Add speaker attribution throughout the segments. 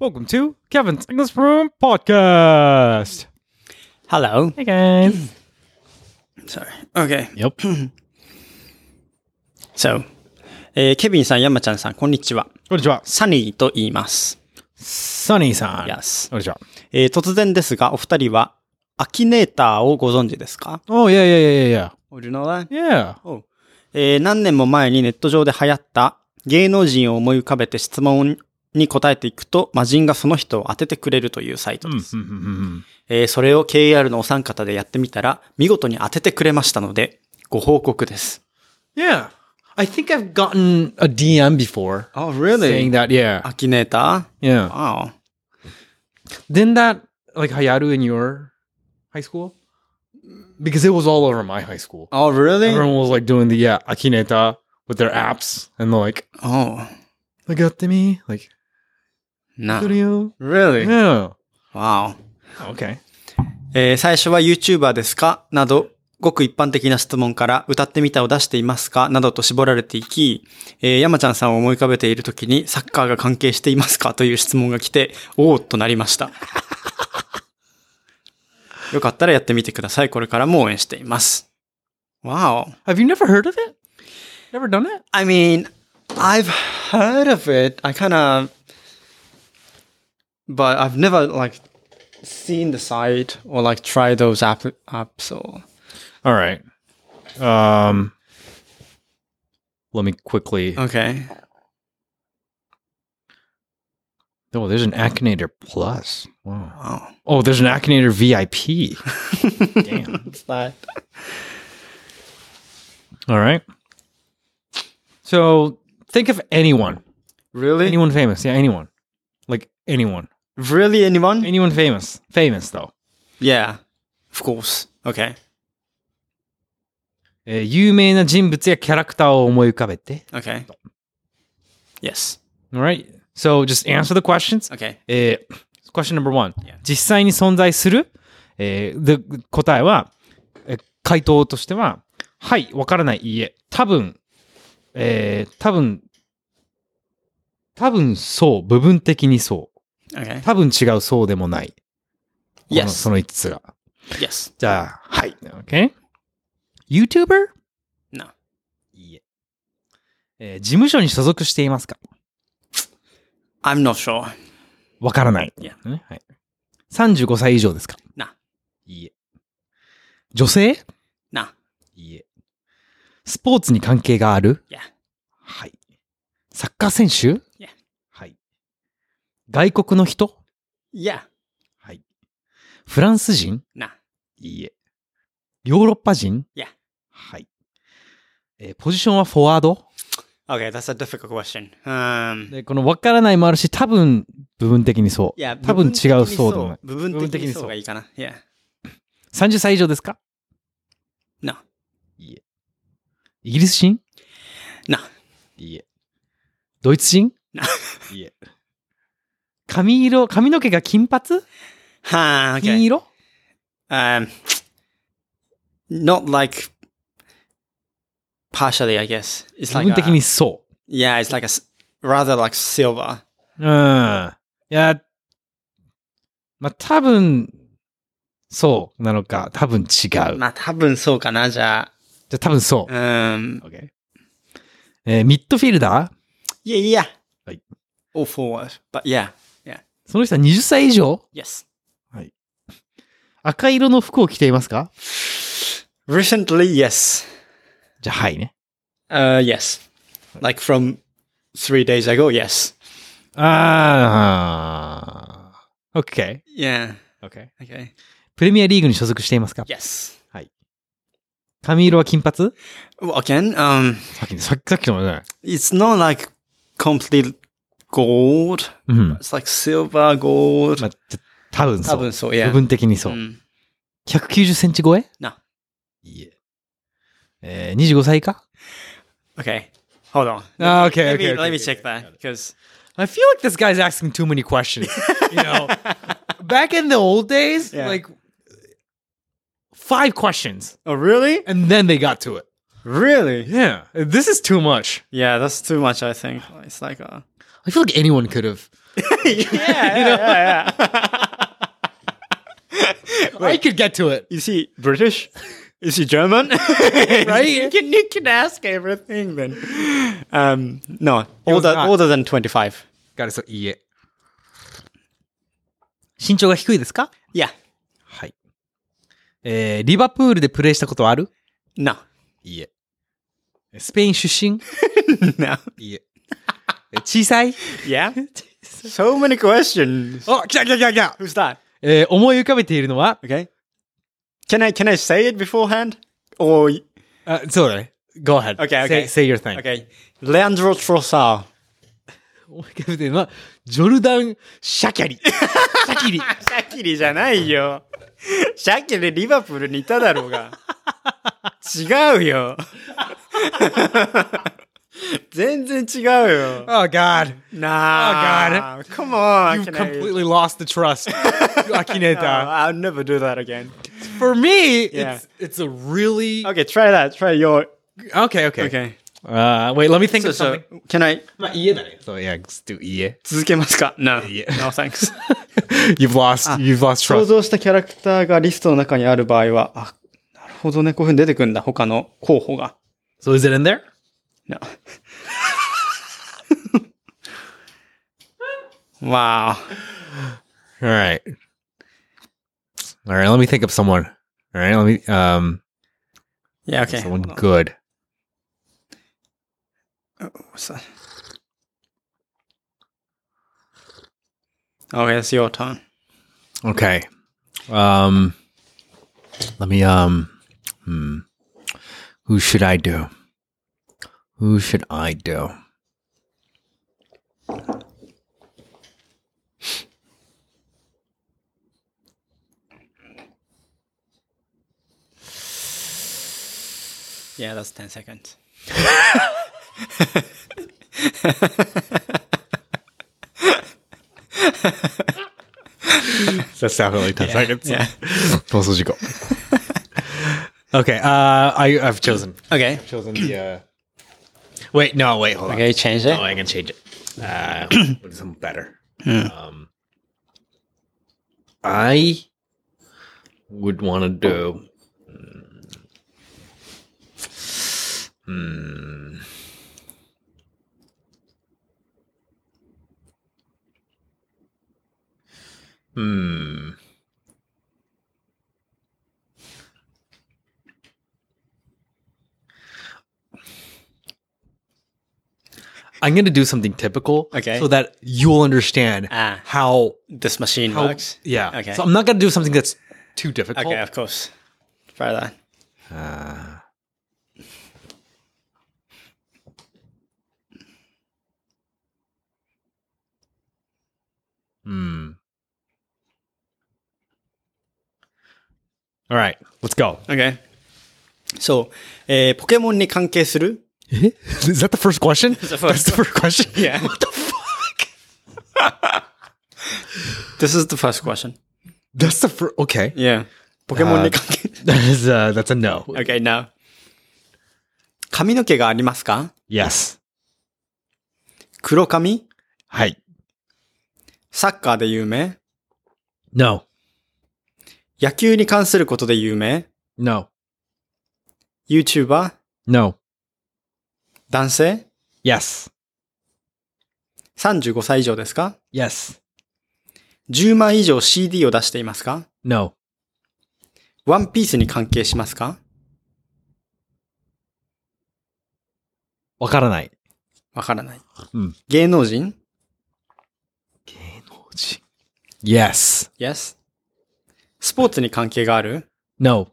Speaker 1: Welcome to Kevin's English Room Podcast.
Speaker 2: Hello.
Speaker 1: Hey guys.
Speaker 2: Sorry. Okay.
Speaker 1: Yep.こ
Speaker 2: So, えーケビンさん、山ちゃんさん、こんにちは。
Speaker 1: んにちは。
Speaker 2: サニーと言います。
Speaker 1: サニーさん。
Speaker 2: Yes.
Speaker 1: こんにちは。
Speaker 2: えー突然ですが、お二人は、アキネーターをご存知ですか
Speaker 1: Oh yeah yeah yeah
Speaker 2: Oh, do you know that?
Speaker 1: yeah yeah.
Speaker 2: えー何年も前にネット上で流行った芸能人を思い浮かべて質問に答えていくと、魔人がその人を当ててくれるというサイトです。
Speaker 1: うんうんうんうん
Speaker 2: えーそれを KR のお三方でやってみたら、見事に当ててくれましたので、ご報告です。
Speaker 1: Yeah. I think I've gotten a DM before
Speaker 2: Oh,
Speaker 1: saying that. Yeah.
Speaker 2: アキネータ
Speaker 1: Yeah.
Speaker 2: ー Wow.
Speaker 1: Didn't that like Hayaru in your high school? Because it was all over my high school.
Speaker 2: Oh, really?
Speaker 1: Everyone was like doing the yeah Akineta with their apps and they're like
Speaker 2: Oh,
Speaker 1: look up to me like
Speaker 2: no.
Speaker 1: good to you.
Speaker 2: Really?
Speaker 1: Yeah.
Speaker 2: Wow.
Speaker 1: Oh, Okay.
Speaker 2: えー最初は YouTuber ですかなど、ごく一般的な質問から歌ってみたを出していますかなどと絞られていき、えー山ちゃんさんを思い浮かべているときにサッカーが関係していますかという質問が来て、おおっとなりました。よかったらやってみてください。これからも応援しています。Wow.
Speaker 1: Have you never heard of it? Never done it?
Speaker 2: I mean, I've heard of it. I kind of, but I've never like seen the site or like tried those app apps or.
Speaker 1: All right. Um let me quickly
Speaker 2: Okay.
Speaker 1: Oh, there's an Akinator Plus. Wow.
Speaker 2: Wow.
Speaker 1: Oh, there's an Akinator VIP. Damn.
Speaker 2: What's that?
Speaker 1: All right. So think of anyone,
Speaker 2: Really?
Speaker 1: anyone famous. Yeah, anyone. Like anyone,
Speaker 2: Really? Anyone?
Speaker 1: anyone famous. Famous though.
Speaker 2: Yeah. Of course. Okay.
Speaker 1: えー Eh, 有名な人物やキャラクターを思い浮かべて。
Speaker 2: Okay. Yes.
Speaker 1: All right. So just answer the questions.
Speaker 2: Okay.
Speaker 1: えー question number one.
Speaker 2: Yeah.
Speaker 1: 実際に存在する、えーで答えは、えー回答としては、はい、わからない、いいえ、多分、えー、多分、多分そう、部分的にそう。
Speaker 2: Okay.
Speaker 1: 多分違う、そうでもない。この
Speaker 2: Yes.
Speaker 1: その5つが。
Speaker 2: Yes.
Speaker 1: じゃあ、はい。OK? YouTuber?
Speaker 2: No.
Speaker 1: いいえ。えー事務所に所属していますか
Speaker 2: I'm not sure.
Speaker 1: わからない。
Speaker 2: いや
Speaker 1: ねはい。35歳以上ですか
Speaker 2: ない
Speaker 1: いえ。女性
Speaker 2: Nah.
Speaker 1: いいえ。スポーツに関係がある
Speaker 2: いや
Speaker 1: はい。サッカー選手
Speaker 2: いや
Speaker 1: はい。外国の人
Speaker 2: Yeah.
Speaker 1: はい。フランス人
Speaker 2: Nah.
Speaker 1: いいえ。ヨーロッパ人
Speaker 2: いや
Speaker 1: はい。えーポジションはフォワード
Speaker 2: Okay, that's a difficult question. Um.
Speaker 1: で、この分からないもあるし、多分、部分的にそう。
Speaker 2: Yeah.
Speaker 1: 多分違うそうでもない。
Speaker 2: 部分的に
Speaker 1: 部分的にそう。
Speaker 2: そうがいいかな。Yeah.
Speaker 1: 30歳以上ですか
Speaker 2: No.
Speaker 1: いいえ。イギリス人
Speaker 2: No.
Speaker 1: いいえ。ドイツ人
Speaker 2: No.
Speaker 1: いいえ。髪色、髪の毛が金髪
Speaker 2: Huh,
Speaker 1: 金
Speaker 2: okay.
Speaker 1: 色
Speaker 2: Um, not like partially, I guess. It's
Speaker 1: 部
Speaker 2: like
Speaker 1: 分的
Speaker 2: a,
Speaker 1: にそ
Speaker 2: yeah, it's like a s- rather like silver.
Speaker 1: う。うん。いや、まあ、多分、そうなのか、多分違う。じゃ
Speaker 2: まあ多分そうかな、じゃ
Speaker 1: あ多分そ
Speaker 2: あ。うん
Speaker 1: う。。OK。えーミッドフィルダー
Speaker 2: Yeah, yeah.
Speaker 1: はい。
Speaker 2: All forward. But yeah,
Speaker 1: その人は20歳以上
Speaker 2: yes.
Speaker 1: 赤色の服を着ていますか
Speaker 2: Recently, yes.
Speaker 1: じゃあ、はいね。
Speaker 2: Uh, yes. Like from three days ago, yes.
Speaker 1: ああ、OK。
Speaker 2: Yeah.
Speaker 1: OK。
Speaker 2: Okay.
Speaker 1: プレミアリーグに所属していますか
Speaker 2: Yes.
Speaker 1: 髪色は金髪
Speaker 2: Well, again, um,
Speaker 1: さっきの、さっきさっきのじゃない。
Speaker 2: it's not like complete gold.
Speaker 1: うん。ま
Speaker 2: It's like silver, gold.
Speaker 1: あ、じゃ多分そう。
Speaker 2: 多分そう、いや。
Speaker 1: 部分的にそう。
Speaker 2: ん
Speaker 1: 190センチ超え
Speaker 2: ない
Speaker 1: いえ。えー、25歳以下
Speaker 2: Okay. Hold on.
Speaker 1: Ah,
Speaker 2: Let
Speaker 1: okay, okay,
Speaker 2: me- Let
Speaker 1: okay,
Speaker 2: me
Speaker 1: okay,
Speaker 2: check
Speaker 1: okay,
Speaker 2: that because
Speaker 1: I feel like this guy's asking too many questions. you know, back in the old days,
Speaker 2: Yeah.
Speaker 1: like five questions,
Speaker 2: oh really?
Speaker 1: and then they got to it.
Speaker 2: Really?
Speaker 1: Yeah, this is too much.
Speaker 2: Yeah, that's too much. I think it's like uh
Speaker 1: I feel like anyone could have.
Speaker 2: yeah, yeah, yeah, yeah.
Speaker 1: I could get to it.
Speaker 2: Is he British? Is he German?
Speaker 1: Right?
Speaker 2: you, can, you can ask everything then. Um, no,
Speaker 1: was
Speaker 2: older,
Speaker 1: not.
Speaker 2: older than 25.
Speaker 1: Got it. So, いいえ。身長が低いですか
Speaker 2: Yeah.
Speaker 1: はい。えー、リバプールでプレーしたことはある
Speaker 2: No.
Speaker 1: いいえ。スペイン出身
Speaker 2: No.
Speaker 1: いいえ。 え小さい
Speaker 2: Yeah? so many questions.
Speaker 1: お、来た来た来た来た
Speaker 2: Who's that?
Speaker 1: えー、思い浮かべているのは、
Speaker 2: Okay. Can I can I say it beforehand? Or
Speaker 1: あ、そうだね。Go ahead.
Speaker 2: Okay, okay.
Speaker 1: Say, say your thing.
Speaker 2: okay, Leandro Trossard.
Speaker 1: 思い浮かべているのは、ジョルダン・シャキャリ。シャキリ。
Speaker 2: シャキリじゃないよ。シャキリリバプールにいただろうが。違うよ。全然違うよ。
Speaker 1: Oh, God.
Speaker 2: なあ。Oh, Come on.
Speaker 1: You've
Speaker 2: can I-
Speaker 1: completely lost the trust, Akineta.
Speaker 2: No, I'll never do that again.
Speaker 1: For me,
Speaker 2: Yeah.
Speaker 1: it's it's a really
Speaker 2: Okay, try that. Try your.
Speaker 1: okay. Okay.
Speaker 2: Okay.
Speaker 1: Uh, wait, let me think of
Speaker 2: So,
Speaker 1: something.
Speaker 2: can I
Speaker 1: まあ、家だね。So yeah, let's do 家。
Speaker 2: 続けますか ?No.
Speaker 1: Yeah.
Speaker 2: No, thanks.
Speaker 1: You've lost, you've lost
Speaker 2: 想
Speaker 1: trust.
Speaker 2: 像したキャラクターがリストの中にある場合は、あ、なるほどね。こういうふうに出てくるんだ。他の候補が。
Speaker 1: So is it in there?
Speaker 2: No. wow.
Speaker 1: All right. All right. Let me think of someone. All right. Let me um
Speaker 2: Yeah, okay.
Speaker 1: someone
Speaker 2: Hold on.
Speaker 1: good.
Speaker 2: What's that? Okay, it's your turn.
Speaker 1: Okay. Um, let me um. Hmm. Who should I do? Who should I do?
Speaker 2: Yeah, that's 10 seconds.
Speaker 1: That's definitely 10 seconds.
Speaker 2: yeah.
Speaker 1: Close as you go. okay. Uh, I, I've chosen.
Speaker 2: Okay.
Speaker 1: Chosen the. Uh... Wait, no, wait, hold
Speaker 2: Okay, change it.
Speaker 1: on. Oh, I can change it. Uh, what is something better? Um, I would want to
Speaker 2: Oh.
Speaker 1: do. Hmm. Hmm. I'm going to do something typical,
Speaker 2: Okay.
Speaker 1: so that you'll understand
Speaker 2: Ah.
Speaker 1: how
Speaker 2: This machine
Speaker 1: how-
Speaker 2: works.
Speaker 1: Yeah.
Speaker 2: Okay.
Speaker 1: So I'm not gonna do something that's too difficult.
Speaker 2: okay, of course. Try that.
Speaker 1: Hmm. All right, let's go.
Speaker 2: Okay. そう、えーポケモンに関係する
Speaker 1: Is that the first question?
Speaker 2: the
Speaker 1: that's the
Speaker 2: first
Speaker 1: first question.
Speaker 2: Yeah.
Speaker 1: What the fuck?
Speaker 2: This is the first question.
Speaker 1: That's the first. Okay.
Speaker 2: Yeah. ポケモンに関係
Speaker 1: That is uh, that's a no.
Speaker 2: Okay, now. 髪の毛がありますか
Speaker 1: Yes.
Speaker 2: 黒髪
Speaker 1: Hi.
Speaker 2: サッカーで有名
Speaker 1: No.
Speaker 2: 野球に関することで有名
Speaker 1: No.
Speaker 2: ?YouTuber?
Speaker 1: No.
Speaker 2: 男性
Speaker 1: Yes.
Speaker 2: ?35 歳以上ですか
Speaker 1: Yes.
Speaker 2: ?10 枚以上 CD を出していますか
Speaker 1: No.
Speaker 2: ワンピースに関係しますか
Speaker 1: わからない。
Speaker 2: わからない。
Speaker 1: うん
Speaker 2: 芸能人
Speaker 1: 芸能人。Yes.
Speaker 2: ?Yes。スポーツに関係がある
Speaker 1: No.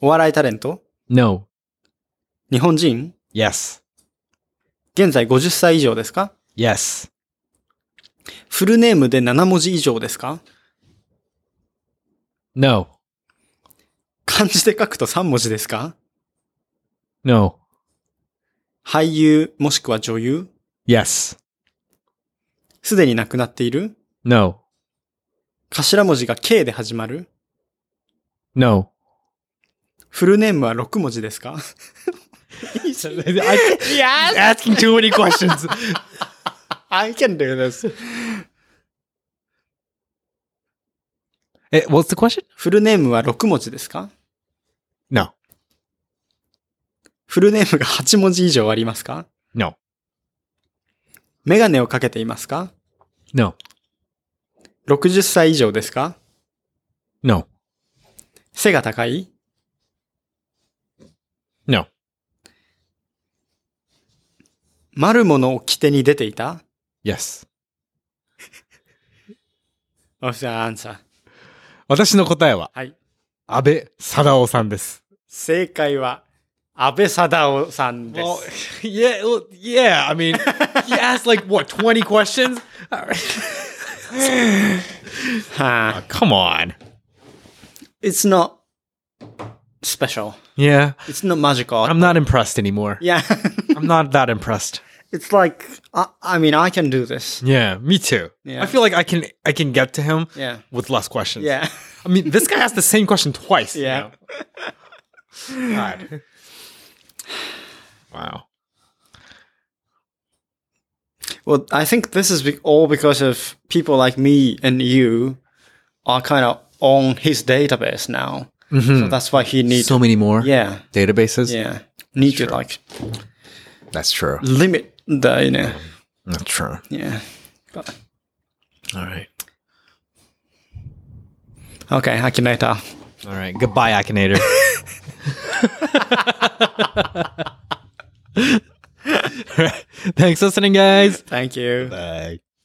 Speaker 2: お笑いタレント
Speaker 1: No.
Speaker 2: 日本人
Speaker 1: Yes.
Speaker 2: 現在50歳以上ですか
Speaker 1: Yes.
Speaker 2: フルネームで7文字以上ですか
Speaker 1: No.
Speaker 2: 漢字で書くと3文字ですか
Speaker 1: No.
Speaker 2: 俳優もしくは女優
Speaker 1: Yes.
Speaker 2: すでに亡くなっている
Speaker 1: No.
Speaker 2: 頭文字が K で始まる
Speaker 1: No.
Speaker 2: フルネームは6文字ですか
Speaker 1: I, asking too many questions.
Speaker 2: I can do this.
Speaker 1: え、what's Eh, the question?
Speaker 2: フルネームは6文字ですか
Speaker 1: No.
Speaker 2: フルネームが8文字以上ありますか
Speaker 1: No.
Speaker 2: メガネをかけていますか
Speaker 1: No.
Speaker 2: ?60 歳以上ですか
Speaker 1: No.
Speaker 2: 背が高い
Speaker 1: No.
Speaker 2: 丸るものを着てに出ていた
Speaker 1: Yes.
Speaker 2: ?What's the answer?
Speaker 1: 私の答えは、
Speaker 2: はい。
Speaker 1: 安倍貞夫さんです。
Speaker 2: 正解は、安倍貞夫さんで
Speaker 1: Well,
Speaker 2: す。
Speaker 1: yeah, well, yeah. I mean, he asked like what twenty questions.
Speaker 2: は
Speaker 1: Uh,
Speaker 2: あ
Speaker 1: Come on.
Speaker 2: It's not special.
Speaker 1: Yeah,
Speaker 2: It's not magical.
Speaker 1: I'm not impressed anymore.
Speaker 2: Yeah.
Speaker 1: I'm not that impressed.
Speaker 2: It's like, I, I mean, I can do this.
Speaker 1: Yeah, me too.
Speaker 2: Yeah.
Speaker 1: I feel like I can I can get to him
Speaker 2: Yeah.
Speaker 1: with less questions.
Speaker 2: Yeah.
Speaker 1: I mean, this guy asked the same question twice. you
Speaker 2: Yeah.
Speaker 1: know? God. Wow.
Speaker 2: Well, I think this is be- all because of people like me and you are kind of on his database now. Mm-hmm. So that's why he needs.
Speaker 1: So many more
Speaker 2: yeah,
Speaker 1: databases.
Speaker 2: yeah. Need to like
Speaker 1: That's true.
Speaker 2: limit the you know.
Speaker 1: That's true.
Speaker 2: Yeah. But,
Speaker 1: All right.
Speaker 2: okay, I can later.
Speaker 1: All right. Goodbye, Akinator. Thanks for listening, guys.
Speaker 2: Thank you.
Speaker 1: Bye.